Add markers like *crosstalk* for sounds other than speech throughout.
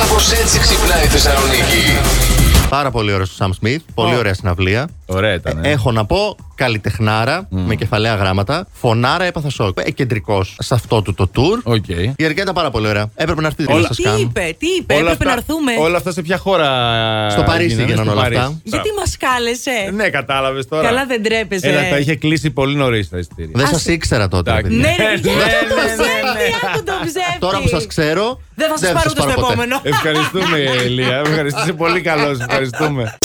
Κάπως έτσι ξυπνάει η Θεσσαλονίκη. Πάρα πολύ ωραίο του Σαμ Σμιθ. Πολύ ωραία συναυλία. Ωραία ήταν. Ναι. ε. Ε, Έχω να πω καλλιτεχνάρα με κεφαλαία γράμματα. Φωνάρα έπαθα σοκ. Εκεντρικό σε αυτό του το tour. Οκ. Η Αρκέτα ήταν πάρα πολύ ωραία. Έπρεπε να έρθει Όλα- να σας Τι κάνω. είπε, τι είπε, έπρεπε να έρθουμε. όλα αυτά σε ποια χώρα. Στο Παρίσι έγιναν, έγιναν στο όλα Παρίσι. αυτά. Γιατί μας κάλεσε. Ναι, κατάλαβες τώρα. Καλά δεν τρέπεσαι. Έλα, τα είχε κλείσει πολύ νωρίς τα εισιτήρια. Δεν Άσε. σα ήξερα τότε. ρε Εντάξει. παιδιά. Ναι, ρε, για Ναι, να το ναι, ναι, ναι. ψεύτη, άκου το ψεύτης. Τώρα που σας ξέρω. Δεν θα σας πάρω ούτε στο ποτέ. επόμενο. Ευχαριστούμε, Ελία. Ευχαριστούμε πολύ καλό. Ευχαριστούμε.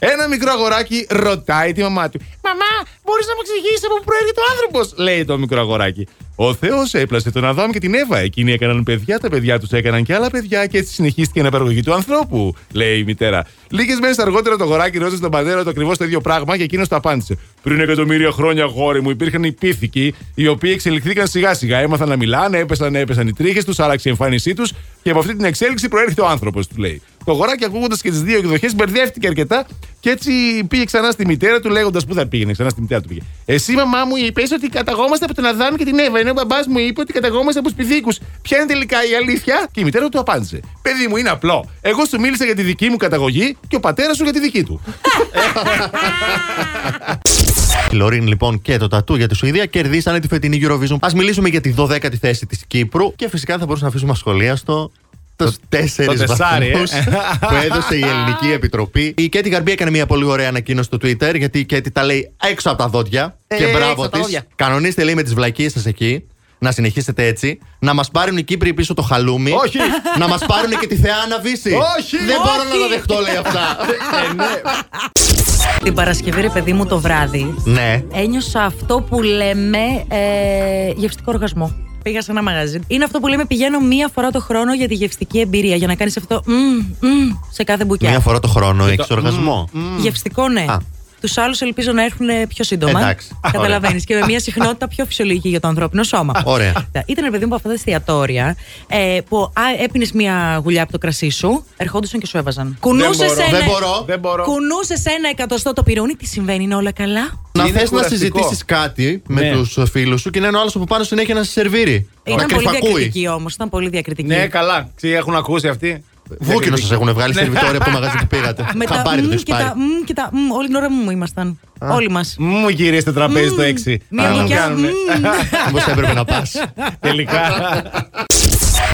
Ένα μικρό αγοράκι ρωτάει τη μαμά του. Μαμά, μπορείς να μου εξηγήσεις από πού προέρχεται ο άνθρωπος, λέει το μικρό αγοράκι. Ο Θεός έπλασε τον Αδάμ και την Εύα. Εκείνοι έκαναν παιδιά, τα παιδιά τους έκαναν και άλλα παιδιά και έτσι συνεχίστηκε η αναπαραγωγή του ανθρώπου, λέει η μητέρα. Λίγες μέρες αργότερα το αγοράκι ρώτησε τον πατέρα του ακριβώς το ίδιο πράγμα και εκείνος το απάντησε. Πριν εκατομμύρια χρόνια, γόρι μου, υπήρχαν οι πίθηκοι οι οποίοι εξελιχθήκαν σιγά-σιγά. Έμαθαν να μιλάνε, έπεσαν, έπεσαν οι τρίχες τους, άλλαξε η εμφάνισή τους και από αυτή την εξέλιξη προέρχεται ο άνθρωπος, του λέει. Το αγοράκι ακούγοντας και τις δύο εκδοχές μπερδεύτηκε αρκετά και έτσι πήγε ξανά στη μητέρα του λέγοντας πού θα πήγαινε. Ξανά στη μητέρα του πήγε. Εσύ, μαμά μου, είπες ότι καταγόμαστε από τον Αδάμ και την Εύα, ενώ ο μπαμπάς μου είπε ότι καταγόμαστε από σπιδίκου. Ποια είναι τελικά η αλήθεια. Και η μητέρα του απάντησε. Παιδί μου, είναι απλό. Εγώ σου μίλησα για τη δική μου καταγωγή και ο πατέρας σου για τη δική του. Η Λωρίν λοιπόν και το τατού για τη Σουηδία κερδίσανε τη φετινή Eurovision. Ας μιλήσουμε για τη 12η θέση της Κύπρου και φυσικά θα μπορούσαμε να αφήσουμε ασχολίαστο του τέσσερι το τεσσάρι, ε. βαθμούς *laughs* που έδωσε η Ελληνική Επιτροπή. Η Κέτι Γαρμπή έκανε μια πολύ ωραία ανακοίνωση στο Twitter γιατί η Κέτι τα λέει έξω από τα δόντια. Ε, και έξω μπράβο απ' τα της. δόντια. Κανονίστε λέει με τις βλακίες σας εκεί. Να συνεχίσετε έτσι. Να μας πάρουν οι Κύπροι πίσω το χαλούμι. Όχι. *laughs* Να μας πάρουν και τη θεά να βύσει. Όχι. Δεν μπορώ Όχι. να τα δεχτώ, λέει αυτά. Ε, ναι. Την Παρασκευή, ρε παιδί μου, το βράδυ ναι. ένιωσα αυτό που λέμε ε, γευστικό οργασμό. Πήγα σε ένα μαγαζί. Είναι αυτό που λέμε πηγαίνω μία φορά το χρόνο για τη γευστική εμπειρία. Για να κάνεις αυτό μμ, μμ, σε κάθε μπουκιά. Μία φορά το χρόνο έχει οργασμό. Γευστικό, ναι. Mm. Α. Τους άλλους ελπίζω να έρθουν ε, πιο σύντομα. Εντάξει. *laughs* Καταλαβαίνεις. και με μια συχνότητα πιο φυσιολογική για το ανθρώπινο σώμα. *laughs* Ωραία. Κοίτα, Ήταν ρε παιδί μου από αυτά τα εστιατόρια ε, που έπινες μια γουλιά από το κρασί σου, ερχόντουσαν και σου έβαζαν. Κουνούσε μπορώ. ένα. Δεν μπορώ. Δεν μπορώ. Κουνούσες ένα εκατοστό το πυρούνι, τι συμβαίνει, είναι όλα καλά. Να Είναι θες να κουραστικό. συζητήσεις κάτι Ναι. με τους τους φίλους σου και να είναι ο άλλος από πάνω συνέχεια να σε σερβίρει. να Ήταν πολύ κρυφακούει. διακριτική όμως. Ήταν πολύ διακριτική. Ναι, καλά. Ξύ, έχουν ακούσει αυτοί. Βούκινο σα έχουν βγάλει Ναι. σερβιτόρια από το μαγαζί που πήγατε. Με τα Χαμπάρι μμ δεν το και τα σπάρει. μμ και τα μμ, όλη την ώρα μου ήμασταν. Όλοι μας. Μου γυρίστε τραπέζι το 6. Μια Α, μου γλυκιά. μμ. *laughs* Μήπω έπρεπε να πας. Ναι. Τελικά.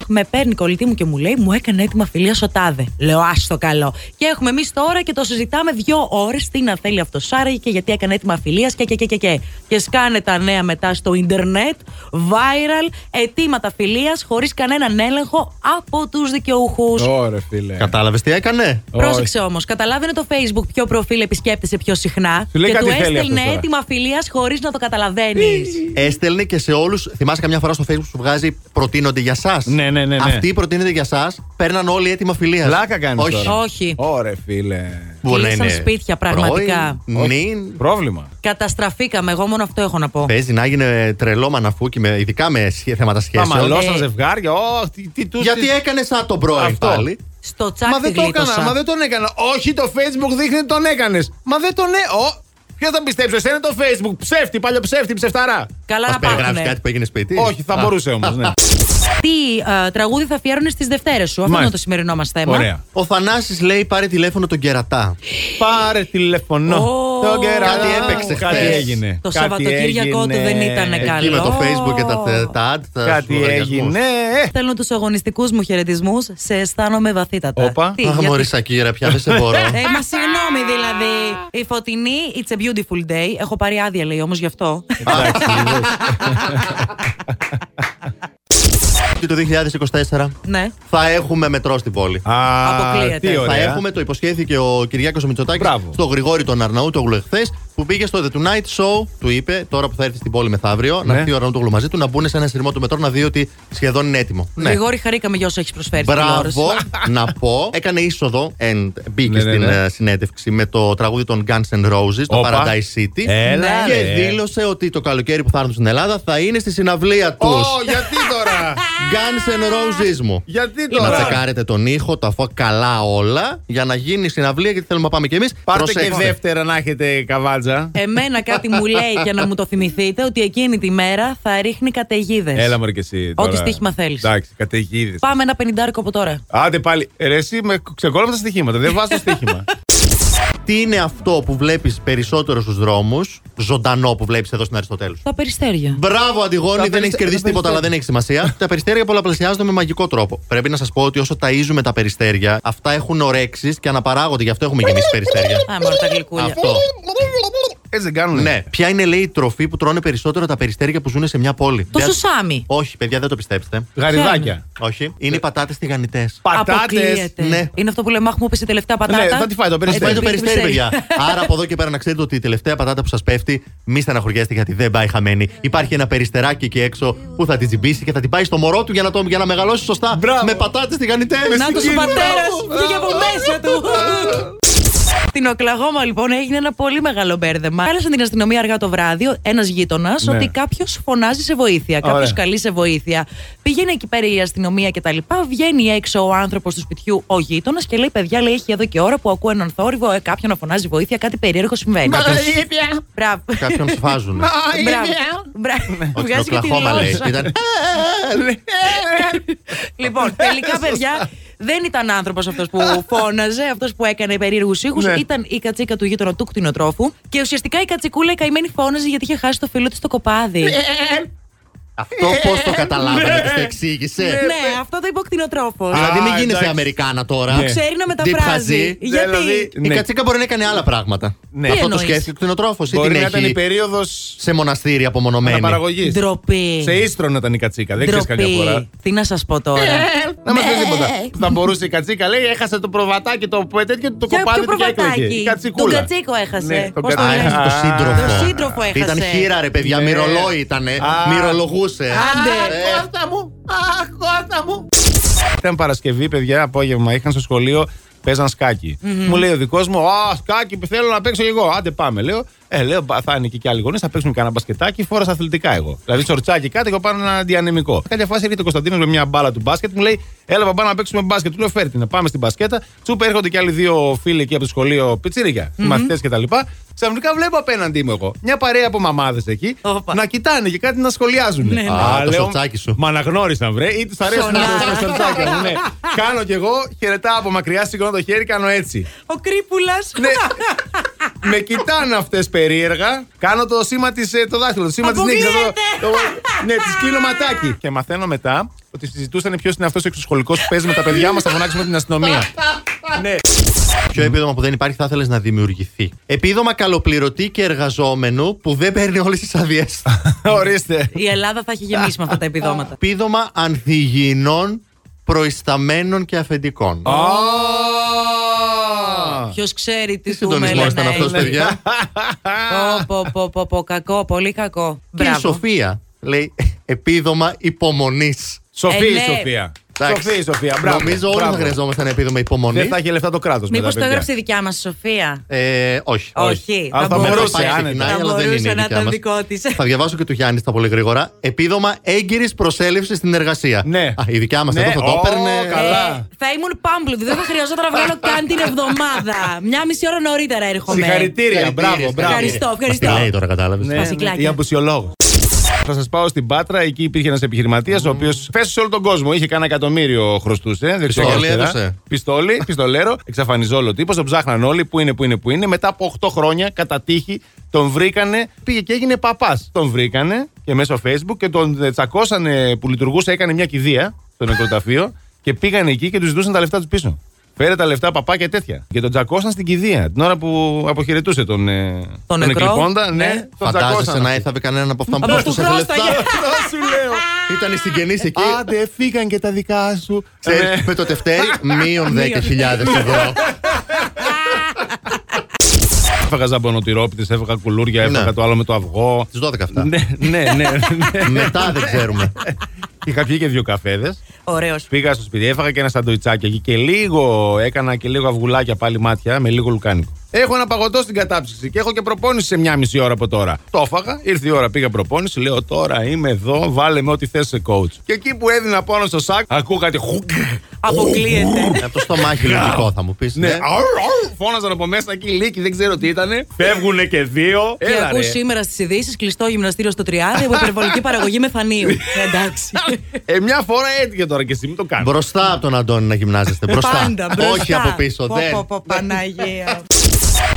Με παίρνει κολλητή μου και μου λέει: Μου έκανε έτοιμα φιλία ο Τάδε. Λέω: Άστο καλό. Και έχουμε εμείς τώρα και το συζητάμε δύο ώρες. Τι να θέλει αυτός Σάραγε και γιατί έκανε έτοιμα φιλίας και και και και και. Και σκάνε τα νέα μετά στο ίντερνετ, viral, αιτήματα φιλίας χωρίς κανέναν έλεγχο από τους δικαιούχους. Ωραία, φίλε. Κατάλαβες τι έκανε. Πρόσεξε όμως, καταλάβαινε το Facebook ποιο προφίλ επισκέπτεσαι πιο συχνά. Σου λέει και κάτι του θέλει έστελνε αυτός τώρα. έτοιμα φιλίας χωρίς να το καταλαβαίνεις. Έστελνε και σε όλους. Θυμάσαι καμιά φορά στο Facebook σου βγάζει προτείνονται για εσά. Ναι, ναι, ναι, ναι. Αυτοί οι προτείνονται για εσά παίρναν όλοι έτοιμα φιλίας. Πλάκα κάνεις Όχι. τώρα. Όχι. Ωραία, φίλε. Μπορεί να Κλείσαν είναι σπίτια, πρώην, πραγματικά. Νυν. Πρόβλημα. Καταστραφήκαμε, εγώ μόνο αυτό έχω να πω. Παίζει να έγινε τρελό μαναφούκι, με, ειδικά με σχέ- θέματα Τα σχέσεων. μαλώσαν Ε. ζευγάρια. Ω, τι, τι τους- Γιατί τι- έκανες σαν τον πρώην Αυτό. πάλι. Στο Μα τσάκ τη δεν το έκανα, γλίτωσα. μα δεν τον έκανα. Όχι, το Facebook δείχνει ότι τον έκανες. Μα δεν τον έκανα. Ποιος θα πιστέψει, εσένα το Facebook. Ψεύτη, παλιό ψεύτη, ψευταρά. Καλά Μας να ναι. περιγράφει πάθουνε. κάτι που έγινε σπίτι. Όχι, θα Α. μπορούσε όμως, *laughs* ναι. Τι ε, τραγούδι θα αφιέρωνε στις Δευτέρες σου. Αυτό Μάλιστα. είναι το σημερινό μας θέμα. Ωραία. Ο Θανάσης λέει πάρε τηλέφωνο τον κερατά. Πάρε τηλεφωνό. Ω, Το κερά- Κάτι έπαιξε Κάτι χθες. έγινε. Το Κάτι Σαββατοκύριακο του δεν έγινε. ήταν Εκεί καλό. με το facebook και τα, τα ad. Τα Ε, Κάτι λογαριασμούς. έγινε. Ε, Στέλνω τους αγωνιστικούς μου χαιρετισμούς. Σε αισθάνομαι βαθύτατα. Όπα. Τι, Αχ, γιατί- μωρή Σακύρα, πια δεν *laughs* σε μπορώ. Ε, μα συγγνώμη δηλαδή. Η φωτεινή, it's a beautiful day. Έχω πάρει άδεια λέει όμως γι' *laughs* αυτό. Εντάξει, είδες. *laughs* Και το 2024 ναι. θα έχουμε μετρό στην πόλη. Α, Αποκλείεται. τι Θα Θα ωραία. έχουμε, το υποσχέθηκε ο Κυριάκος Μητσοτάκης Μπράβο. στο Γρηγόρη τον Αρναούτογλου εχθές, που πήγε στο The Tonight Show, του είπε, τώρα που θα έρθει στην πόλη μεθαύριο, να Ναι. έρθει ο Αρναούτογλου μαζί του, να μπουν σε ένα σειρμό του μετρό να δει ότι σχεδόν είναι έτοιμο. Ναι. Γρηγόρη, χαρήκαμε για όσο έχεις προσφέρει. στην Μπράβο, τηλεόραση. *laughs* να πω. Έκανε είσοδο and μπήκε Ναι, ναι, στην ναι. ε, συνέντευξη με το τραγούδι των Guns N' Roses, το Όπα. Paradise City. Έλα, και ρε. δήλωσε ότι το καλοκαίρι που θα έρθουν στην Ελλάδα θα είναι στη συναυλία τους. Ω, γιατί τώρα. Guns N' Roses μου. Γιατί Να τώρα. τσεκάρετε τον ήχο, τα φω καλά όλα για να γίνει συναυλία γιατί θέλουμε να πάμε κι εμείς. Πάρτε και δεύτερα να έχετε καβάτζα. Εμένα κάτι μου λέει για να μου το θυμηθείτε ότι εκείνη τη μέρα θα ρίχνει καταιγίδες. Έλα μωρέ και εσύ. τώρα. Ό,τι στοίχημα θέλεις. Εντάξει, καταιγίδες. Πάμε ένα πενιντάρικο από τώρα. Άντε πάλι. Ε, Ρε, εσύ με ξεκόλαμε τα στοιχήματα. Δεν βάζω το στοίχημα. Τι είναι αυτό που βλέπεις περισσότερο στους δρόμους, ζωντανό που βλέπεις εδώ στην Αριστοτέλους. Τα περιστέρια. Μπράβο, Αντιγόνη, δεν περιστα- έχει κερδίσει τα τίποτα, αλλά δεν έχει σημασία. τα περιστέρια πολλαπλασιάζονται με μαγικό τρόπο. Πρέπει να σας πω ότι όσο ταΐζουμε τα περιστέρια, αυτά έχουν ορέξεις και αναπαράγονται, γι' αυτό έχουμε κι εμεί περιστέρια. Α, μόνο τα γλυκούλια. αυτό. Έτσι δεν κάνουν. Ναι. Ποια είναι, λέει, η τροφή που τρώνε περισσότερο τα περιστέρια που ζουν σε μια πόλη. Το Δεν- σουσάμι. Όχι, παιδιά, δεν το πιστέψτε. Γαριδάκια. Όχι. Είναι οι πατάτες τηγανιτές. Πατάτες. Αποκλείεται. ναι. Είναι αυτό που λέμε, Αχ, μου πέσει η τελευταία πατάτα. Ναι, θα τη φάει το Έχει πάει περιστέρι. το Επειδή περιστέρι, πιστεύει. παιδιά. Άρα από εδώ και πέρα να ξέρετε ότι η τελευταία πατάτα που σας πέφτει, μη στεναχωριέστε γιατί δεν πάει χαμένη. Υπάρχει ένα περιστεράκι εκεί έξω που θα την τζιμπήσει και θα την πάει στο μωρό του για να, το, για να μεγαλώσει σωστά. Μπράβο. Με πατάτες τηγανιτές. Να το ο πατέρας βγήκε από μέσα του. Στην Οκλαγόμα, λοιπόν, έγινε ένα πολύ μεγάλο μπέρδεμα. Κάλεσαν την αστυνομία αργά το βράδυ, ένας γείτονας, Ναι. ότι κάποιος φωνάζει σε βοήθεια. Ωραία. Κάποιο καλεί σε βοήθεια. Πηγαίνει εκεί πέρα η αστυνομία κτλ. Βγαίνει έξω ο άνθρωπος του σπιτιού, ο γείτονας, και λέει: Παιδιά, λέει, έχει εδώ και ώρα που ακούω έναν θόρυβο, ε, κάποιον να φωνάζει βοήθεια, κάτι περίεργο συμβαίνει. Μπράβο. Κάποιον σφάζουν. Μπράβο. Ναι. Μπράβο. Ότι Βγάζει και τη Οκλαχώμα λέει. γλώσσα. Ήταν- Λοιπόν, τελικά, παιδιά, δεν ήταν άνθρωπος αυτός που φώναζε, αυτός που έκανε περίεργους ήχους. Ναι. Ήταν η κατσίκα του γείτονα του κτηνοτρόφου. Και ουσιαστικά η κατσικούλα η καημένη φώναζε γιατί είχε χάσει το φίλο της στο κοπάδι. Ναι, Ναι, Αυτό πώς το καταλάβατε και το εξήγησε. Ναι, αυτό το είπε ο κτηνοτρόφος. Α, Δηλαδή μην γίνεσαι εντάξει. Αμερικάνα τώρα. Ναι. Ναι. Ξέρει να Deep χαζή. μεταφράζει. Δηλαδή, Γιατί. Η Ναι. κατσίκα μπορεί να έκανε άλλα πράγματα. Ναι. Αυτό το Τι εννοείς? σκέφτηκε ο κτηνοτρόφος. Ή την Μπορεί να ήταν η έχει περίοδος σε μοναστήρι απομονωμένη. αναπαραγωγής. Ντροπή. ναι. Σε ίστρον ήταν η κατσίκα. Δεν ξέρεις καμιά φορά. Ναι, Ντροπή. Τι να σας πω τώρα. Να Ναι. μας πεις τίποτα. Θα μπορούσε η κατσίκα, λέει, έχασε το προβατάκι, το τέτοιο, το Ποιο- κοπάδι ποιο του και έκλαιγε. προβατάκι. Η Τον κατσικούλα. κατσίκο έχασε. Ναι, τον Πώς το κατσίκο. Α, λένε. έχασε το σύντροφο. Το σύντροφο έχασε. Ήταν χείρα, ρε παιδιά. Ναι. Μυρολόι ήταν. Α. Μυρολογούσε. Άντε. Ε, Κώστα μου! Αχ, Κώστα μου! Ήταν Παρασκευή, παιδιά, απόγευμα. Είχαν στο σχολείο, παίζαν σκάκι. Μου λέει ο δικός μου, Α, σκάκι, θέλω να παίξω και εγώ. Άντε πάμε, λέω. Ε, λέω, «Μπα, θα είναι και, και άλλοι γονείς, θα παίξουμε κανένα μπασκετάκι, φόρα αθλητικά εγώ. Δηλαδή, σορτσάκι κάτι, εγώ πάνω ένα διανεμικό. Κάποια φάση έρχεται ο Κωνσταντίνος με μια μπάλα του μπάσκετ, μου λέει, Έλα, μπαμπά να παίξουμε μπάσκετ. Του λέω, Φέρει την, να πάμε στην μπασκέτα. Τσούπε έρχονται και άλλοι δύο φίλοι εκεί από το σχολείο, πιτσίρικα, mm-hmm. μαθητέ κτλ. Ξαφνικά βλέπω απέναντί μου εγώ μια παρέα από μαμάδες εκεί Όπα. να κοιτάνε και κάτι να σχολιάζουν. Ναι, ναι. Α, το σορτσάκι σου. Μα αναγνώρισαν, βρε, ή τους αρέσει να Σονάρα. ακούσουν τα σορτσάκια μου. Ναι. κάνω κι εγώ, χαιρετά από μακριά, σηκώνω το χέρι, κάνω έτσι. Ο κρύπουλας. Ναι. Με κοιτάνε αυτές περίεργα. Κάνω το σήμα της. Το δάχτυλο, το σήμα της νίκη. Αποκλείεται. Ναι, της σκύλο ματάκι. Και μαθαίνω μετά ότι συζητούσαν ποιος είναι αυτός ο εξωσχολικός που παίζει με τα παιδιά μας. Θα φωνάξουμε την αστυνομία. Ναι. Ποιο επίδομα που δεν υπάρχει θα ήθελες να δημιουργηθεί. Επίδομα καλοπληρωτή και εργαζόμενου που δεν παίρνει όλες τις άδειες. Ορίστε. Η Ελλάδα θα έχει γεμίσει με αυτά τα επιδόματα. Επίδομα ανθυγιεινών προϊσταμένων και αφεντικών. Α. Ποιος ξέρει τι Τι του ναι, συντονισμό μέλλον ήταν να αυτός, έχει. παιδιά. Πω, πω, πω, πω, πω, κακό, πολύ κακό. Και η Μπράβο. Σοφία λέει επίδομα υπομονής. Σοφή η Ε, ναι. Σοφία. Σοφή η Σοφία. Μπράβο. Νομίζω όλοι Μπράβο. θα χρειαζόμαστε ένα επίδομα υπομονή. Δεν θα έχει λεφτά το κράτος μετά. Μήπως το παιδιά. έγραψε η δικιά μας Σοφία. Ε, όχι. Όχι. Α, θα μπορούσε. Μετά μπορούσε, πάει άνετα. ξεκινάει, Θα αλλά δεν μπορούσε είναι η να δικιά ήταν μας. δικό της. Θα διαβάσω και του Γιάννη τα πολύ γρήγορα. Επίδομα έγκυρης προσέλευσης στην εργασία. Ναι. Α, η δικιά μας Ναι. εδώ θα το Ω, έπαιρνε. καλά. Ε, θα ήμουν πάμπλουτ, δεν θα χρειαζόταν να βγάλω καν την εβδομάδα. Μια μισή ώρα νωρίτερα έρχομαι. Συγχαρητήρια, μπράβο, Συγχαρητήρια, μπράβο. Ευχαριστώ, ευχαριστώ. Μας τη λέει τώρα, κατάλαβες. Ναι, Βασικλάκια. η απουσιολόγο. Θα σας πάω στην Πάτρα. Εκεί υπήρχε ένας επιχειρηματίας ο οποίος φέσε σε όλο τον κόσμο. Είχε κανένα εκατομμύριο χρωστούσε. δεξιά και Πιστόλι αριστερά. έδωσε. Πιστόλι, πιστολέρο. Εξαφανιζόλο τύπος. Τον ψάχναν όλοι. Πού είναι, πού είναι, πού είναι. Μετά από 8 χρόνια, κατά τύχη, τον βρήκανε. Πήγε και έγινε παπάς. Τον βρήκανε και μέσω Facebook και τον ε, τσακώσανε που λειτουργούσε. Έκανε μια κηδεία στο νεκροταφείο και πήγαν εκεί και τους ζητούσαν τα λεφτά τους πίσω. Φέρε τα λεφτά, παπά και τέτοια. Και τον τσακώσαν στην κηδεία την ώρα που αποχαιρετούσε τον, ε, τον, νεκρό. εκλειπώντα, Ναι, Ναι. τον Φαντάζεσαι τσακώσαν. να έθαβε κανέναν από αυτά που Από αυτού πρόσθεσε λεφτά. χρώσταγε. σου λέω. Ήταν οι συγγενείς εκεί. Άντε, φύγαν και τα δικά σου. Ξέρεις, Ε, με το τευτέρι, μείον 10.000 ευρώ. Έφαγα ζαμπονοτυρόπιτε, έφαγα κουλούρια, έφαγα Ναι. το άλλο με το αυγό. Τις 12 αυτά. Ναι, ναι, ναι. ναι. Μετά δεν ξέρουμε. Είχα πιει και δύο καφέδες. Ωραίος. Πήγα στο σπίτι, έφαγα και ένα σαντοϊτσάκι εκεί και λίγο έκανα και λίγο αυγουλάκια πάλι μάτια με λίγο λουκάνικο. Έχω ένα παγωτό στην κατάψυξη και έχω και προπόνηση σε μία μισή ώρα από τώρα. Το έφαγα, ήρθε η ώρα, πήγα προπόνηση, λέω τώρα είμαι εδώ, βάλε με ό,τι θες σε coach. Και εκεί που έδινα πάνω στο σακ, ακούω κάτι. χουκ. Αποκλείεται. Από το στομάχι λογικό θα μου πεις. Ναι, αου, αου. φώναζαν από μέσα εκεί, λύκη, δεν ξέρω τι ήταν. Φεύγουνε και δύο. Και Έλα, ακούς ρε. σήμερα στις ειδήσεις κλειστό γυμναστήριο στο Τριάδι από υπερβολική παραγωγή μεθανίου. Εντάξει. Ε, μια φορά έτυχε τώρα και εσύ, μην το κάνεις. Μπροστά από τον Αντώνη να γυμνάζεστε. Μπροστά. Πάντα μπροστά. Όχι από πίσω. Πω, δεν. πω, πω, Παναγία.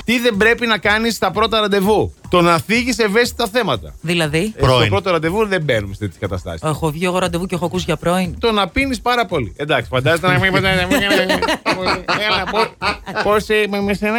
Τι δεν πρέπει να κάνεις στα πρώτα ραντεβού. Το να θίγεις ευαίσθητα θέματα. Δηλαδή, Ε, Στο Πρώην. πρώτο ραντεβού δεν μπαίνουμε σε τέτοιες καταστάσεις. έχω βγει εγώ ραντεβού και έχω ακούσει για πρώην. Το να πίνεις πάρα πολύ. Εντάξει, φαντάζεσαι να μην Έλα, πώς είμαι με σένα.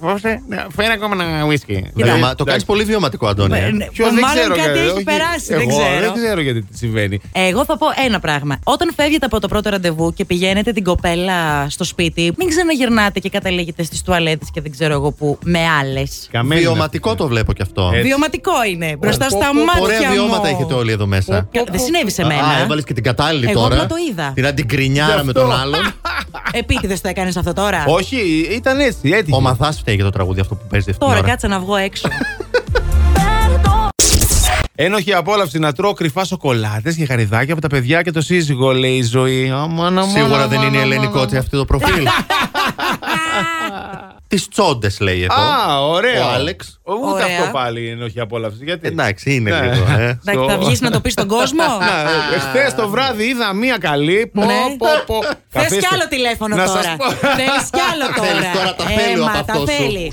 Πώς, ε, ναι, Φέρε ακόμα ένα ουίσκι. Βιωμα- Κοίτα. Το κάνεις πολύ βιωματικό, Αντώνη. Ε, ε. ναι. Ποιος, δεν Μάλλον ξέρω, κάτι κα- έχει όχι, περάσει, δεν εγώ ξέρω. Δεν ξέρω γιατί τι συμβαίνει. Εγώ θα πω ένα πράγμα. Όταν φεύγετε από το πρώτο ραντεβού και πηγαίνετε την κοπέλα στο σπίτι, μην ξαναγυρνάτε και καταλήγετε στις τουαλέτες και δεν ξέρω εγώ που με άλλες. Καμένη Βιωματικό το βλέπω κι αυτό. Ε, Βιωματικό είναι. Μπροστά πω, στα πω, μάτια μου. Ωραία βιώματα έχετε όλοι εδώ μέσα. Κα- Δεν συνέβη σε μένα. Α, έβαλες και την κατάλληλη Εγώ τώρα. απλά το είδα. Την αντικρινιάρα Γι' με αυτό. τον άλλον. *laughs* Επίτηδες το έκανες αυτό τώρα. Όχι, ήταν έτσι, έτυχε. Ο Μαθάς φταίει για το τραγούδι αυτό που παίζει αυτή την Τώρα ώρα. κάτσα να βγω *laughs* έξω. Ένοχη απόλαυση να τρώω κρυφά σοκολάτες και χαριδάκια από τα παιδιά και το σύζυγο, λέει η ζωή. Αμάν, αμάν, Σίγουρα δεν αμάν, είναι η αμάν, Ελένη αμάν. Κότση αυτό το *laughs* προφίλ. Τις τσόντες λέει εδώ. Α, ωραίο. Ο Άλεξ. Ο- Ούτε Ωραία. αυτό πάλι είναι όχι απόλαυση. Γιατί. Εντάξει, είναι Ναι. λίγο. ε. Εντάξει, θα βγεις να το πεις στον *laughs* κόσμο. Χθε ε, το βράδυ είδα μία καλή. Πω, Ναι. πω, πω. Θες κι Καθίστε. άλλο τηλέφωνο Να σας *laughs* τώρα. *laughs* πω. Θες κι άλλο Θέλεις τώρα. τώρα, τα θέλω Έμα, από τα αυτό σου. θέλει.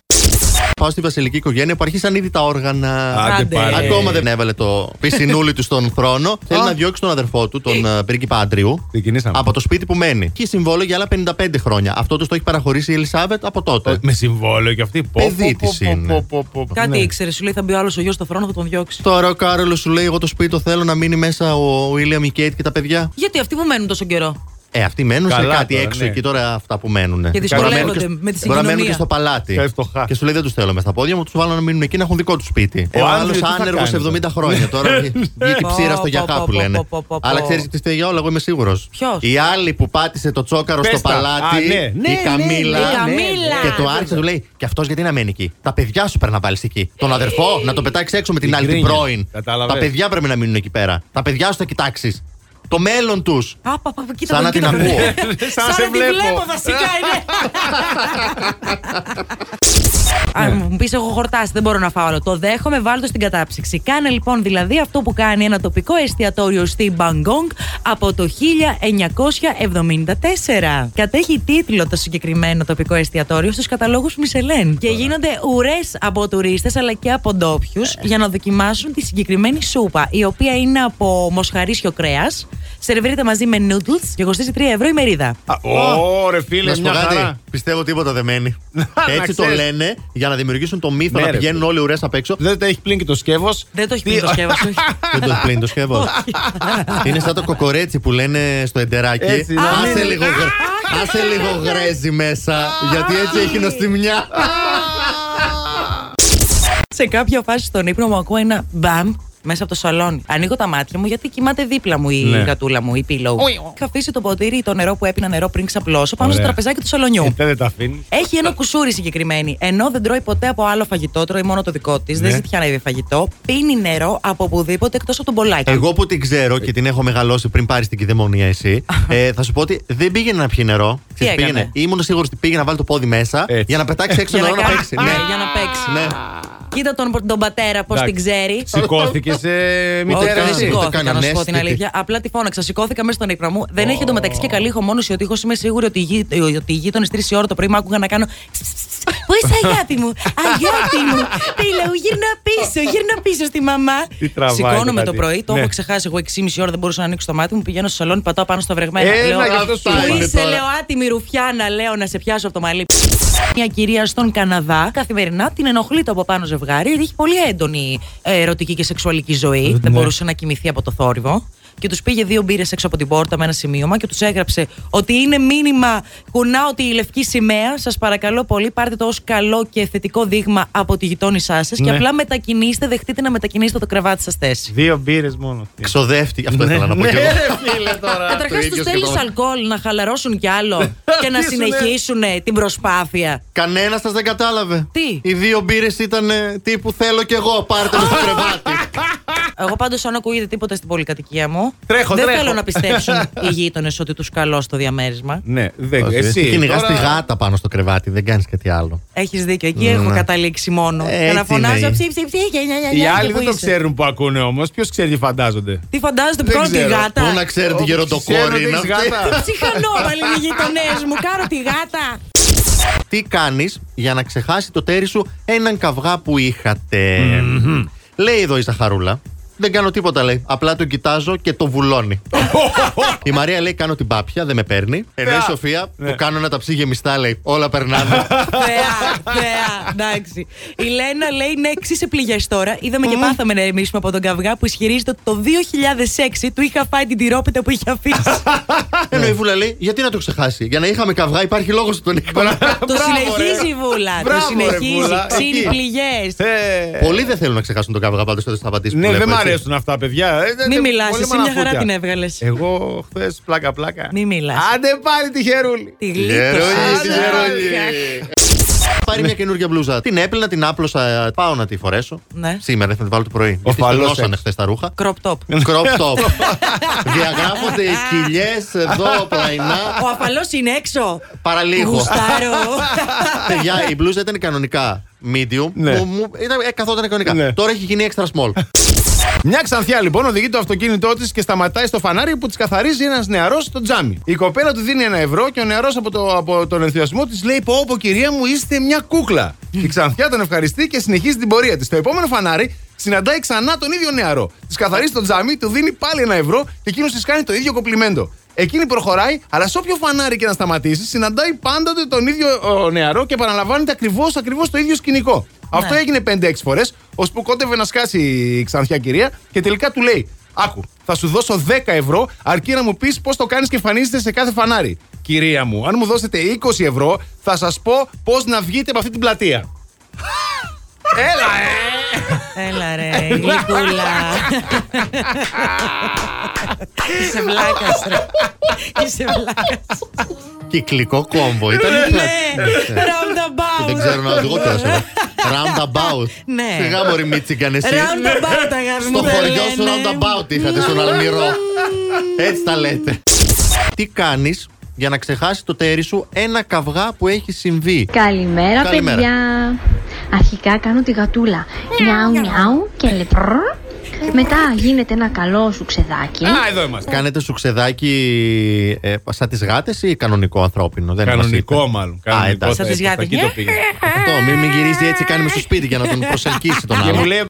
Πάω στη βασιλική οικογένεια που αρχίσαν ήδη τα όργανα. Άντε Άντε. πάλι. Ακόμα δεν έβαλε το πισινούλι του στον θρόνο. Θέλει να διώξει τον αδερφό του, τον ε, πρίγκιπα Άντριου, Ξεκινήσαμε. από το σπίτι που μένει. Και συμβόλαιο για άλλα 55 χρόνια. Αυτό τους το έχει παραχωρήσει η Ελισάβετ από τότε. Ε, Με συμβόλαιο και αυτή. Πω, Παιδί πω, πω, της πω, είναι. πω, πω, πω, πω. Κάτι Ναι. ήξερε, σου λέει θα μπει ο άλλος ο γιος στο θρόνο, θα τον διώξει. Τώρα ο Κάρολος σου λέει: Εγώ το σπίτι το θέλω να μείνει μέσα ο Βίλιαμ, η Κέιτ και τα παιδιά. Γιατί αυτοί που μένουν τόσο καιρό. Ε, αυτοί μένουν σε Καλά κάτι τώρα, έξω ναι. εκεί τώρα αυτά που μένουν. Και δυσκολεύονται με Μπορεί να μένουν τη συγκοινωνία. και στο παλάτι. Και φτωχά. Και σου λέει δεν τους θέλω μες στα πόδια μου, τους βάλω να μείνουν εκεί να έχουν δικό τους σπίτι. Ο, Άνδριος άλλο Ε, τι θα άνεργος κάνεις 70 χρόνια *laughs* τώρα. βγή- Βγήκε Πω, ψήρα στο πω, γιαχά πω, που πω, λένε. πω, πω, πω, πω. Αλλά ξέρεις τι φταίει για όλα, εγώ είμαι σίγουρος. Ποιος? Η άλλη που πάτησε το τσόκαρο Πες στο τα. Α, παλάτι, ναι. Ναι, η ναι, Καμίλα. Η ναι, ναι. Καμίλα. Και το άρχισε, του λέει: Και αυτός γιατί να μένει εκεί. Τα παιδιά σου πρέπει να βάλεις εκεί. Τον Ε. αδερφό να το πετάξεις έξω με την Την άλλη την κρίνια. πρώην. Κατάλαβες. Τα παιδιά πρέπει να μείνουν εκεί πέρα. Τα παιδιά σου θα κοιτάξεις. Το μέλλον τους. Α, πα, πα, κοίτα Σαν τον, να την κοίτα τον. ακούω. Σαν Σαν σε να τη βλέπω. Ναι. βλέπω, βασικά είναι. Αν μου πεις, έχω χορτάσει, δεν μπορώ να φάω άλλο. Το δέχομαι, βάλτε στην κατάψυξη. Κάνε λοιπόν δηλαδή αυτό που κάνει ένα τοπικό εστιατόριο στη Μπαγκόγκ από το 1974. Κατέχει τίτλο το συγκεκριμένο τοπικό εστιατόριο στους καταλόγους Μισελέν. Και γίνονται ουρές από τουρίστες αλλά και από ντόπιους Ε. για να δοκιμάσουν τη συγκεκριμένη σούπα, η οποία είναι από μοσχαρίσιο κρέας. Σερβίρεται μαζί με noodles και κοστίζει 3 ευρώ η μερίδα. Α, Ω, ρε φίλε, Να σου πω μια κάτι. χαρά. Πιστεύω τίποτα δεν μένει. Έτσι *laughs* να το ξέρεις. λένε για να δημιουργήσουν το μύθο Ναι, να ρε, πηγαίνουν όλοι ουρέ απ' *laughs* έξω. Δεν τα έχει πλύνει και το σκεύος. Δεν το έχει πει το σκεύος, όχι. Δεν το πλύνει το σκεύος. Είναι σαν το κοκορέτσι που λένε στο εντεράκι. Έτσι, ναι. να Άσε μην- λίγο, γρ- άσε λίγο γρέζι μέσα, γιατί έτσι ναι. έχει νοστιμιά. *laughs* Σε κάποια φάση στον ύπνο μου ακούω ένα μπαμ μέσα από το σαλόνι. Ανοίγω τα μάτια μου γιατί κοιμάται δίπλα μου η Ναι. γατούλα μου, η πύλο. Είχα αφήσει το ποτήρι, το νερό που έπινα νερό πριν ξαπλώσω πάνω στο Ωραία. Ε, τραπεζάκι του σαλονιού. Δεν δεν τα αφήνεις. Έχει ένα κουσούρι συγκεκριμένη. Ενώ δεν τρώει ποτέ από άλλο φαγητό, τρώει μόνο το δικό της, δεν Ναι. ζητιάνει ίδιο φαγητό. Πίνει νερό από οπουδήποτε εκτός από τον πολλάκι. Εγώ που την ξέρω και την έχω μεγαλώσει πριν πάρεις την κυδαιμονία εσύ, ε, θα σου πω ότι δεν πήγαινε να πιει νερό. Ξέρεις, έκανε? πήγαινε. Ήμουν σίγουρος ότι πήγαινε να βάλει το πόδι μέσα Έτσι. για να πετάξει έξω Για να νερό να κάνει- παίξει. ναι, Ναι. για να παίξει. Ναι. Κοίτα τον, τον πατέρα πώς Εντάξει. την ξέρει. Σηκώθηκε σε Όχι, μητέρα. δεν εσύ. Το σηκώθηκα, κάνανε, να σου πω την αίσθητη. αλήθεια. Απλά τη φώναξα. Σηκώθηκα μέσα στον ύπνο μου. Δεν έχει εντωμεταξύ και καλή ηχομόνωση ο τείχο. Είμαι σίγουρη ότι οι γεί- ε, ότι οι γείτονες 3 ώρα το πρωί με άκουγαν να κάνω. Πού είσαι, αγάπη μου, αγάπη μου. Τι λέω, γύρνα πίσω, γύρνα πίσω στη μαμά. Τι τραβάει το Σηκώνομαι το παιδί. πρωί, το Ναι. έχω ξεχάσει εγώ 6,5 ώρα, δεν μπορούσα να ανοίξω το μάτι μου. Πηγαίνω στο σαλόνι, πατάω πάνω στα βρεγμένα. Έλα, Λέω, γι' αυτό σου Πού είπαμε είσαι, τώρα». λέω, άτιμη ρουφιάνα, λέω, να σε πιάσω από το μαλλί. Μια κυρία στον Καναδά καθημερινά την ενοχλεί το από πάνω ζευγάρι. γιατί Έχει πολύ έντονη ε, ερωτική και σεξουαλική ζωή. Δεν μπορούσε να κοιμηθεί από το θόρυβο. και τους πήγε δύο μπύρες έξω από την πόρτα με ένα σημείωμα και τους έγραψε ότι είναι μήνυμα κουνάω τη λευκή σημαία. Σας παρακαλώ πολύ, πάρτε το ως καλό και θετικό δείγμα από τη γειτόνισά σας και Ναι. απλά μετακινήστε, δεχτείτε να μετακινήσετε το κρεβάτι σας θέση. Δύο μπύρες *laughs* μόνο. Ξοδεύτη. Αυτό ήθελα να πω Ναι, κι εγώ. ρε φίλε τώρα. Καταρχά, το ίδιο του στέλνει σχεδόν. αλκοόλ να χαλαρώσουν κι *laughs* άλλο και να Αρχίσουνε. συνεχίσουν την προσπάθεια. Κανένας σας δεν κατάλαβε. Τι? Οι δύο μπύρες ήταν ε, τύπου θέλω κι εγώ. Πάρτε με *laughs* στο κρεβάτι. Εγώ πάντως, αν ακούγεται τίποτα στην πολυκατοικία μου, Τρέχω, δεν τρέχω. θέλω να *laughs* πιστέψουν οι γείτονες ότι τους καλώ στο διαμέρισμα. Ναι, δεν Όχι, Εσύ. Κυνηγάς τώρα- τη γάτα πάνω στο κρεβάτι, δεν κάνεις κάτι άλλο. Έχεις δίκιο. Ναι. Εκεί έχω καταλήξει μόνο. Ε, Και έτσι να είναι φωνάζω η- ψι, ψι, ψι, γεια, γεια, γεια, Οι γεια, άλλοι και πού δεν το είσαι. ξέρουν που ακούνε όμως. Ποιος ξέρει τι φαντάζονται. Τι φαντάζεστε, Δεν πικρώνω τη ξέρω. γάτα. Πού να ξέρει τη Όπου γεροντοκόρη ξέρουν είναι ότι αυτή. έχεις γάτα. Ψυχανόβαλοι είναι οι γειτονές μου, κάνω τη γάτα. Τι κάνεις για να ξεχάσει το τέρι σου έναν καυγά που είχατε. Λέει εδώ η Ζαχαρούλα. Δεν κάνω τίποτα, λέει. Απλά τον κοιτάζω και το βουλώνει. *laughs* η Μαρία λέει: Κάνω την πάπια, δεν με παίρνει. Ενώ η Θεά. Σοφία Ναι. του κάνω να τα ψήγε μιστά, λέει: Όλα περνάνε. *laughs* Θεά, θεά. Εντάξει. Η Λένα λέει ναι, εξή σε πληγιάς τώρα. Είδαμε και πάθαμε να εμίσουμε από τον καυγά που ισχυρίζεται ότι το 2006 του είχα φάει την τυρόπιτα που είχε *laughs* αφήσει. Ναι. Ενώ η Βούλα λέει: Γιατί να το ξεχάσει. Για να είχαμε καυγά, υπάρχει λόγος που τον είχαμε. Το συνεχίζει η Βούλα. Το Μπράβο, ρε, συνεχίζει. Βούλα. Ξύνει Εκεί. πληγές. Ε, Πολλοί δεν θέλουν να ξεχάσουν τον καυγά, πάντως δεν θα απαντήσουν. Ναι, δεν μ' αρέσουν αυτά, παιδιά. Ε, δεν- Μη δεν- μιλάς, πολύ εσύ μια μαναφούτια. χαρά την έβγαλες. Εγώ χθες πλάκα-πλάκα. Μη μιλάς. Άντε πάλι τη χερούλη. Τη Γερόνι, γλύτωσε. Άντε, γερόνι. αχ. Πάρει μια καινούργια μπλούζα. Την έπλυνα, την άπλωσα. Πάω να τη φορέσω. Ναι. Σήμερα θα την βάλω το πρωί. Οφαλός Οφαλώσανε έξω. χθες τα ρούχα. Crop top. Crop *laughs* top. Διαγράφονται οι κοιλιές εδώ, πλαϊνά. Ο αφαλός είναι έξω. Παραλίγο. *laughs* Γουστάρω. Παιδιά, η μπλούζα ήταν κανονικά medium. Ναι. Που μου, ήταν, ε, καθόταν κανονικά. Ναι. Τώρα έχει γίνει extra *laughs* small. Μια ξανθιά λοιπόν οδηγεί το αυτοκίνητό της και σταματάει στο φανάρι που της καθαρίζει ένας νεαρός στο τζάμι. Η κοπέλα του δίνει ένα ευρώ και ο νεαρός από, το, από τον ενθουσιασμό της λέει: Πω, πω, κυρία μου, είστε μια κούκλα. Η ξανθιά τον ευχαριστεί και συνεχίζει την πορεία της. Το επόμενο φανάρι συναντάει ξανά τον ίδιο νεαρό. Της καθαρίζει το τζάμι, του δίνει πάλι ένα ευρώ και εκείνος της κάνει το ίδιο κοπλιμέντο. Εκείνη προχωράει, αλλά σε όποιο φανάρι και να σταματήσει, συναντάει πάντοτε τον ίδιο ο, νεαρό και επαναλαμβάνεται ακριβώς ακριβώς το ίδιο σκηνικό. Αυτό Ναι. έγινε έγινε 5-6 φορές, ώσπου κόντευε να σκάσει η ξανθιά κυρία και τελικά του λέει: Άκου, θα σου δώσω 10 ευρώ αρκεί να μου πεις πώς το κάνεις και εμφανίζεσαι σε κάθε φανάρι. Κυρία μου, αν μου δώσετε 20 ευρώ, θα σας πω πώς να βγείτε από αυτή την πλατεία. Έλα, ε! Έλα ρε, η γλυκούλα. Είσαι βλάκας ρε. Είσαι βλάκας. Κυκλικό κόμβο. Ήταν Ναι, roundabout. Δεν ξέρω να οδηγώ κιόλας εγώ. Roundabout. Ναι. Σιγά μωρή Μίτσιγκαν εσύ. Roundabout ναι, αγάπη Στο μου δεν χωριό σου λένε. roundabout είχατε στον Αλμυρό. Έτσι τα λέτε. Τι κάνεις για να ξεχάσεις το τέρι σου ένα καυγά που έχει συμβεί. Καλημέρα, Καλημέρα. παιδιά. Αρχικά κάνω τη γατούλα. Νιάου, νιάου και λεπρό. Μετά γίνεται ένα καλό σου ξεδάκι. Α, εδώ είμαστε. Κάνετε σου ξεδάκι ε, σαν τις γάτες ή κανονικό ανθρώπινο. Δεν μας Κανονικό είπε. μάλλον. Κανονικό εντάξει. θα Σαν τις είπα, εκεί το γάτες. πήγα. Αυτό, μην, μην γυρίζει έτσι, κάνουμε στο σπίτι για να τον προσελκύσει τον Και μου άλλο. λέει: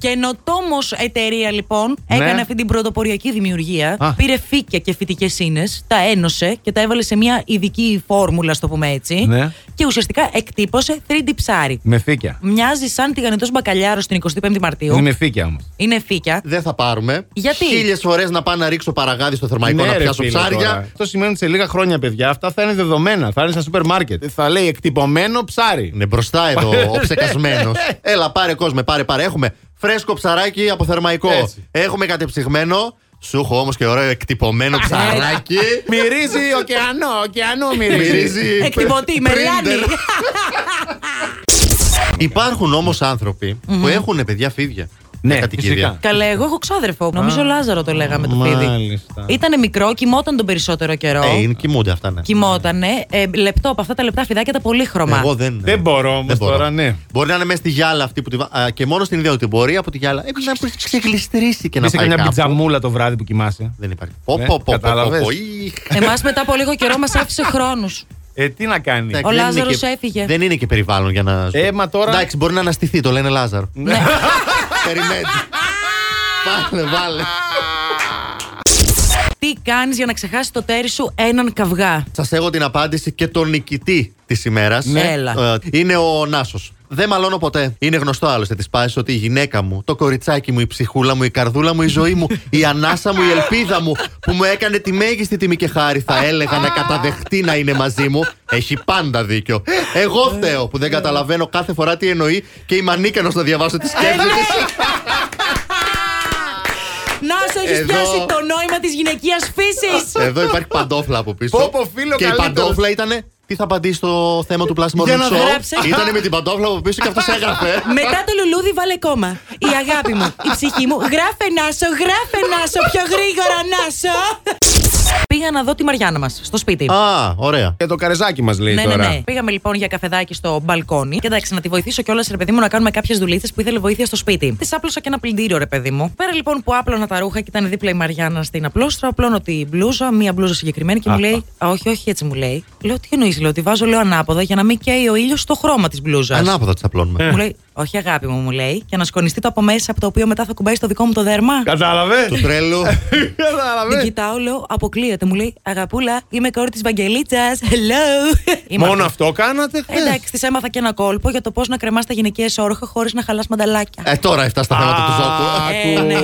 Καινοτόμος εταιρεία λοιπόν Ναι. έκανε αυτή την πρωτοποριακή δημιουργία. Α. Πήρε φύκια και φυτικές ίνε, τα ένωσε και τα έβαλε σε μια ειδική φόρμουλα, ας το πούμε έτσι. Ναι. Και ουσιαστικά εκτύπωσε 3D ψάρι. Με φύκια. Μοιάζει σαν τηγανιτός μπακαλιάρος την 25η Μαρτίου. Είναι με φύκια όμως. Είναι φύκια. Δεν θα πάρουμε. Γιατί? Χίλιες φορές να πάω να ρίξω παραγάδι στο θερμαϊκό Ναι, να πιάσω ψάρια. Αυτό σημαίνει ότι σε λίγα χρόνια, παιδιά, αυτά θα είναι δεδομένα. Θα είναι στα σούπερ μάρκετ. Θα λέει εκτυπωμένο ψάρι. Είναι μπροστά εδώ ο ψεκασμένος. Έλα, πάρε κόσμο, πάρε, πάρε. Έχουμε φρέσκο ψαράκι από θερμαϊκό. Έτσι. Έχουμε κατεψυγμένο. Σου έχω όμως και ωραίο εκτυπωμένο ψαράκι. Μυρίζει ωκεανό, ωκεανό μυρίζει. Μυρίζει. Εκτυπωτή, πρι- μελάνι. Ε, printer. Υπάρχουν όμως άνθρωποι που έχουν παιδιά φίδια. Ναι, Κατοικίδια. φυσικά. Καλέ, εγώ έχω ξάδερφο. Νομίζω Λάζαρο το λέγαμε το φίδι. Μάλιστα. Ήτανε μικρό, κοιμόταν τον περισσότερο καιρό. Ε, είναι- κοιμούνται αυτά, ναι. Κοιμότανε. Ε, λεπτό από αυτά τα λεπτά φιδάκια τα πολύχρωμα. Εγώ δεν. Δεν μπορώ όμως δεν μπορώ. τώρα, ναι. Μπορεί να είναι μέσα στη γυάλα αυτή που τη βα- α, Και μόνο στην ιδέα ότι μπορεί από τη γυάλα. Έχει να μπορεί ξεγλιστρήσει και να Είσαι πάει καμιά κάπου. πιτζαμούλα το βράδυ που κοιμάσαι. Δεν υπάρχει. Πω, Ναι, πω, πω, πω, κατάλαβες. πω, Ήχ. Εμάς μετά από λίγο καιρό μας άφησε χρόνους. Ε, τι να κάνει. Εντάξει, δεν είναι Λάζαρος και- έφυγε. Δεν είναι και περιβάλλον για να. Ε, μα τώρα- Ναι. Εντάξει, μπορεί να αναστηθεί, το λένε Λάζαρο. Ναι. *laughs* Περιμένει. Βάλε, βάλε. Τι κάνεις για να ξεχάσεις το τέρι σου έναν καυγά. Σας έχω την απάντηση και τον νικητή της ημέρας. Ναι. Έλα. Ε, Είναι ο Νάσος. Δεν μαλώνω ποτέ. Είναι γνωστό άλλωστε της πάση ότι η γυναίκα μου, το κοριτσάκι μου, η ψυχούλα μου, η καρδούλα μου, η ζωή μου, η ανάσα μου, η ελπίδα μου, που μου έκανε τη μέγιστη τιμή και χάρη, θα έλεγα να καταδεχτεί να είναι μαζί μου, έχει πάντα δίκιο. Εγώ φταίω που δεν καταλαβαίνω κάθε φορά τι εννοεί και είμαι ανίκανος να διαβάσω τι σκέψει της. Να σου έχεις Εδώ- Ε. πιάσει το νόημα της γυναικείας φύσης. Εδώ υπάρχει παντόφλα από πίσω. Πω, πω, φίλο, και η καλύτερος. παντόφλα ήταν. Τι θα απαντήσει στο θέμα του Plus Για Morning να γράψε. Show. Ήταν με την παντόφλα από πίσω και αυτός έγραφε. Μετά το λουλούδι βάλε κόμμα. Η αγάπη μου, η ψυχή μου. Γράφε να σου, γράφε να σου, πιο γρήγορα να σου. Πήγα να δω τη Μαριάννα μας στο σπίτι. Α, ωραία. Και το καρεζάκι μας λέει Ναι, ναι, τώρα. ναι. Πήγαμε λοιπόν για καφεδάκι στο μπαλκόνι. Και εντάξει, να τη βοηθήσω κιόλας, ρε παιδί μου, να κάνουμε κάποιες δουλίτσε που ήθελε βοήθεια στο σπίτι. Της άπλωσα και ένα πλυντήριο, ρε παιδί μου. Πέρα λοιπόν που άπλωνα τα ρούχα και ήταν δίπλα η Μαριάννα στην απλώστρα, απλώνω τη μπλούζα, μία μπλούζα συγκεκριμένη και μου λέει, Α, όχι, όχι, έτσι μου λέει. Λέω, τι εννοείς, λέω, τη βάζω, λέω ανάποδα για να μην καίει ο ήλιος στο χρώμα της μπλούζας. Ανάποδα τι ε. απλώνουμε. Μου λέει, Όχι, αγάπη μου, μου λέει, και να σκονιστεί το από μέσα από το οποίο μετά θα κουμπάει στο δικό μου το δέρμα. Κατάλαβες. Του τρέλου. Την Κατάλαβε. κοιτάω, λέω, αποκλείεται. Μου λέει, Αγαπούλα, είμαι κόρη της Βαγγελίτσας. Hello. Είμαι Μόνο αυτό κάνατε χθες. Ε, Εντάξει, της έμαθα και ένα κόλπο για το πώς να κρεμάς τα γυναικεία σε όρχο χωρίς να χαλάς μανταλάκια. Ε, τώρα έφτασε στα θέματα του Ζώκου. Ε, ναι.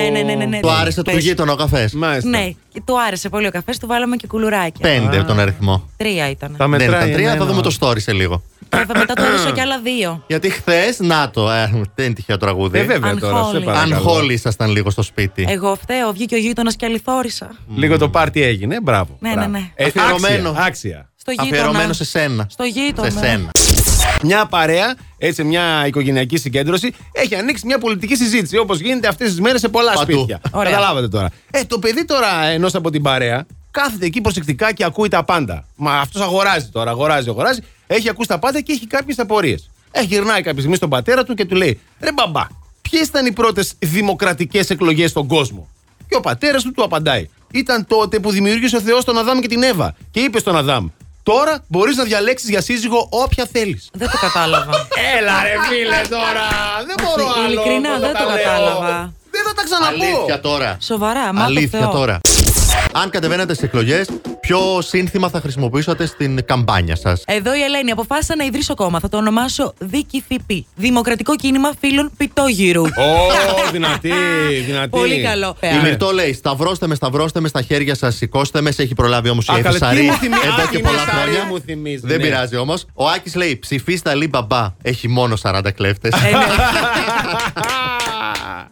ναι, ναι, ναι, ναι, ναι. Του άρεσε του Πες. γείτονα ο καφές. Μάλιστα. Ναι, και του άρεσε πολύ ο καφές, του βάλαμε και κουλουράκια. Πέντε από τον αριθμό. Τρία ήταν. Τα Δεν μετράει. ήταν τρία, ναι, θα ναι. δούμε το story σε λίγο. Βέβαια, μετά το έδωσα κι άλλα δύο. Γιατί χθες, να το, ε, δεν είναι τυχαίο Ε, τραγούδι. βέβαια τώρα. Unholy. Σε Αν παρακαλώ. χόλοι ήσασταν λίγο στο σπίτι. Εγώ φταίω, βγήκε ο γείτονας και αληθόρισα. Λίγο το πάρτι έγινε. Μπράβο. Ναι, ναι, μπράβο. ναι. Ε, Αφιερωμένο. Άξια. άξια. Στο γείτονα. Αφιερωμένο σε σένα. Στο γείτονα. Σε σένα. Μια παρέα, έτσι, μια οικογενειακή συγκέντρωση, έχει ανοίξει μια πολιτική συζήτηση. Όπως γίνεται αυτές τις μέρες σε πολλά Παντού. σπίτια. Ωραία. Καταλάβατε τώρα. Ε, το παιδί τώρα ενός από την παρέα κάθεται εκεί προσεκτικά και ακούει τα πάντα. Μα αυτός αγοράζει τώρα, αγοράζει, αγοράζει. Έχει ακούσει τα πάντα και έχει κάποιες απορίες. Ε, γυρνάει κάποια στιγμή στον πατέρα του και του λέει: Ρε μπαμπά, ποιες ήταν οι πρώτες δημοκρατικές εκλογές στον κόσμο. Και ο πατέρας του του απαντάει: Ήταν τότε που δημιούργησε ο Θεός τον Αδάμ και την Εύα. Και είπε στον Αδάμ: Τώρα μπορείς να διαλέξεις για σύζυγο όποια θέλεις. Δεν το κατάλαβα. Έλα ρε φίλε τώρα! Δεν μπορώ άλλο! Ειλικρινά, να δεν το τα λέω. κατάλαβα. Δεν θα τα ξαναπώ! Αλήθεια τώρα. Σοβαρά, μάθε Αλήθεια Θεό. τώρα. Αν κατεβαίνετε στις εκλογές, ποιο σύνθημα θα χρησιμοποιήσατε στην καμπάνια σας. Εδώ η Ελένη αποφάσισα να ιδρύσω κόμμα. Θα το ονομάσω ΔΚΦΠ. Δημοκρατικό Κίνημα Φίλων Πιτόγυρου. Ω, *laughs* δυνατή, δυνατή. Πολύ καλό. Ε, Η Μυρτό λέει: Σταυρώστε με, σταυρώστε με στα χέρια σας, σηκώστε με. Σε έχει προλάβει όμως Α, η καλέ, τι Εφησαρή μου θυμίζει, εδώ και η πολλά Εφησαρή χρόνια. μου θυμίζει, Δεν ναι. πειράζει όμως. Ο Άκης λέει: Ψηφίστε Αλή Μπαμπά. Έχει μόνο 40 κλέφτες. Ε, ναι. *laughs*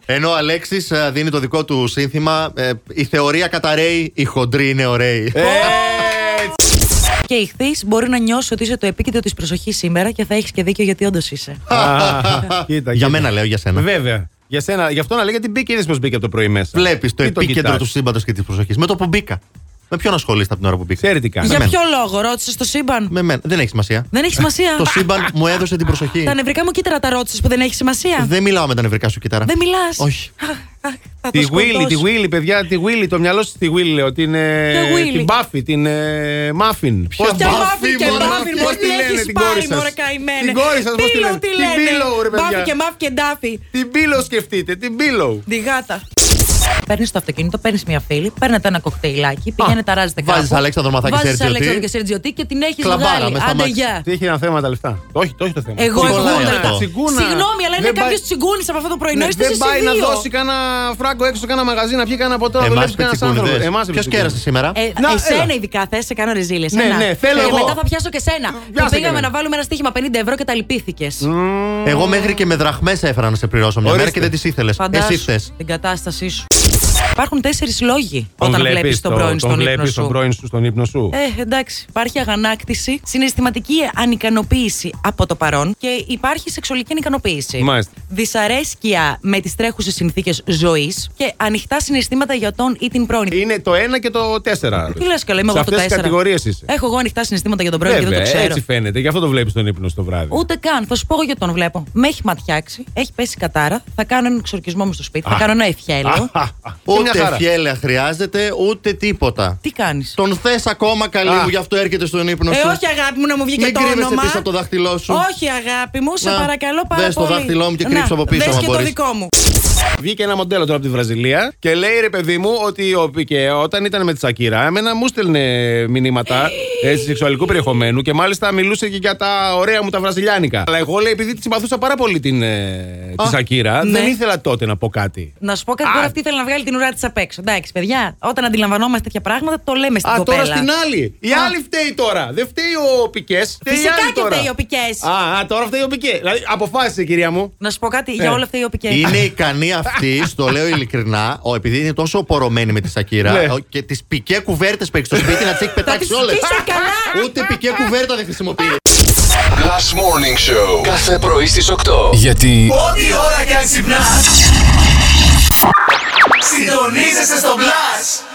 Ενώ ο Αλέξης δίνει το δικό του σύνθημα: ε, Η θεωρία καταραίει, η χοντρή είναι ωραίοι. Έτσι. Και η χθή μπορεί να νιώσεις ότι είσαι το επίκεντρο της προσοχής σήμερα και θα έχεις και δίκιο γιατί όντως είσαι. Α, κοίτα, Για κοίτα. μένα λέω, για σένα. Ε, Βέβαια. Για σένα, γι' αυτό να λέγεται μπήκε, είδες πως μπήκε από το πρωί μέσα. Βλέπεις το Τι τον επίκεντρο κοιτάς. του σύμπαντος και της προσοχής. Με το που μπήκα. Με ποιον ασχολείστε από την ώρα που μπήκα. Ξέρει τι κάνει. Για μένα. ποιο λόγο ρώτησες το σύμπαν. Με μένα. Δεν έχει σημασία. Δεν έχει σημασία. Το σύμπαν μου έδωσε την προσοχή. Τα νευρικά μου κύτταρα τα ρώτησες που δεν έχει σημασία. Δεν μιλάω με τα νευρικά σου κύτταρα. Δεν μιλάς. Όχι. Τη Willy, τη Willy, παιδιά, τη Willy, το μυαλό σου τη Willy, λέω. Την, ε, Ποια Willy? την Buffy, την ε, Muffin. Πώς- Και Μπάφη, μάφη και μωρέ, μάφη, πώς πώς τη τη λένε έχει την κόρη πάρει, σας? μωρέ καημένε. Την κόρη σας πώς τη Pillow, λένε? τι Την λένε. Pillow, ρε, παιδιά. Μπάφη και μάφη και ντάφη. Την Pillow σκεφτείτε, την Pillow. Τη γάτα. Παίρνεις το αυτοκίνητο, παίρνεις μια φίλη, παίρνετε ένα κοκτέιλάκι, πηγαίνετε, ταράζετε κάπου. βάζεις Αλέξανδρο Μαθάκη Βάζεις Σερτζιωτή. Αλέξανδρο και Σερτζιωτή και την έχεις Κλαμπάρα βγάλει. μες στα Άντε μάξι. γεια. Τι έχει ένα θέμα τα λεφτά. Όχι, το έχει το θέμα. Εγώ Τσιγκουνάει εγγούνα. αυτό. Τσιγκούνα. Συγγνώμη, αλλά είναι Δεν πάει- κάποιο τσιγκούνης από αυτό το πρωινό. Ναι, Είστε δεν εσείς πάει οι να δύο. δώσει κανένα φράγκο έξω, κανένα μαγαζί να πιει κανένα ποτό, να Εμάς δουλέψει κανένας άνθρωπο. Ποιο κέρασε σήμερα. Ε, Να, εσένα έλα. ειδικά θες, σε κάνω ρεζίλες. Ναι, ναι, θέλω και εγώ. μετά θα πιάσω και σένα. Που και πήγαμε εμένα. να βάλουμε ένα στοίχημα 50 ευρώ και τα λυπήθηκες. Εγώ μέχρι και με δραχμές έφερα να σε πληρώσω μια Ορίστε. μέρα και δεν τις ήθελες. Εσύ Φαντάσου χθε. την κατάστασή σου. Υπάρχουν τέσσερις λόγοι όταν βλέπεις τον πρώην τον στον ύπνο βλέπεις τον σου. πρώην σου στον ύπνο σου. Ε, εντάξει. Υπάρχει αγανάκτηση, συναισθηματική ανικανοποίηση από το παρόν και υπάρχει σεξουαλική ανικανοποίηση. Μάλιστα. Δυσαρέσκεια με τις τρέχουσες συνθήκες ζωής και ανοιχτά συναισθήματα για τον ή την πρώην. Είναι το 1 και το 4. Τι λες, καλά, είμαι Σε εγώ από το αυτές 4. τις κατηγορίες είσαι. Έχω εγώ ανοιχτά συναισθήματα για τον πρώην και δεν Βέβαια, το ξέρω. έτσι φαίνεται. Γι' αυτό το βλέπεις τον ύπνο σου το βράδυ. Ούτε καν. Θα σου πω εγώ γιατί τον βλέπω. Με έχει ματιάξει, έχει πέσει κατάρα. Θα κάνω έναν εξορκισμό μου στο σπίτι, θα κάνω ένα ευχέλαιο. Α, α, α. Μια Ούτε χαρά. φιέλαια χρειάζεται, ούτε τίποτα. Τι κάνεις. Τον θες ακόμα καλή Α. μου, γι' αυτό έρχεται στον ύπνο Ε, σου. όχι αγάπη μου, να μου βγει και Μην το κρύβεσαι όνομα. πίσω από το δάχτυλό σου. Όχι αγάπη μου, σε Να, παρακαλώ πάρα δες το πολύ. δάχτυλό μου και κρύψε Να, από πίσω, δες άμα και το μπορείς. δικό μου. Βγήκε ένα μοντέλο τώρα από τη Βραζιλία και λέει ρε παιδί μου ότι ο Πικέ όταν ήταν με τη Σακύρα, εμένα μου στέλνε μηνύματα *gasps* έτσι, σεξουαλικού περιεχομένου και μάλιστα μιλούσε και για τα ωραία μου τα βραζιλιάνικα. Αλλά εγώ λέει, επειδή τη συμπαθούσα πάρα πολύ την, ε, τη Σακύρα, ναι. δεν ήθελα τότε να πω κάτι. Να σου πω κάτι Α. τώρα, αυτή ήθελε να βγάλει την ουρά της απ' έξω. Εντάξει, παιδιά, όταν αντιλαμβανόμαστε τέτοια πράγματα, το λέμε στην Α, κοπέλα. τώρα στην άλλη. Η Α. άλλη φταίει τώρα. Δεν φταίει ο Πικές. Φυσικά και φταίει ο Πικές. Α, α, τώρα φταίει ο Πικέ. Δηλαδή, αποφάσισε, κυρία μου. Να σου πω κάτι για όλα αυτά οι οπικέ. Ε. Είναι ικανή *laughs* αυτή, στο λέω ειλικρινά, ο, επειδή είναι τόσο πορωμένη με τη Σακύρα Ναι. ο- και τις πικέ κουβέρτες που έχει στο σπίτι να τις έχει πετάξει τις όλες. σκίσει καλά. Ούτε πικέ κουβέρτα δεν χρησιμοποιεί. Last Morning Show. Κάθε πρωί στις 8. Γιατί Ό,τι ώρα κι αν ξυπνάς Συντονίζεσαι στο Blast.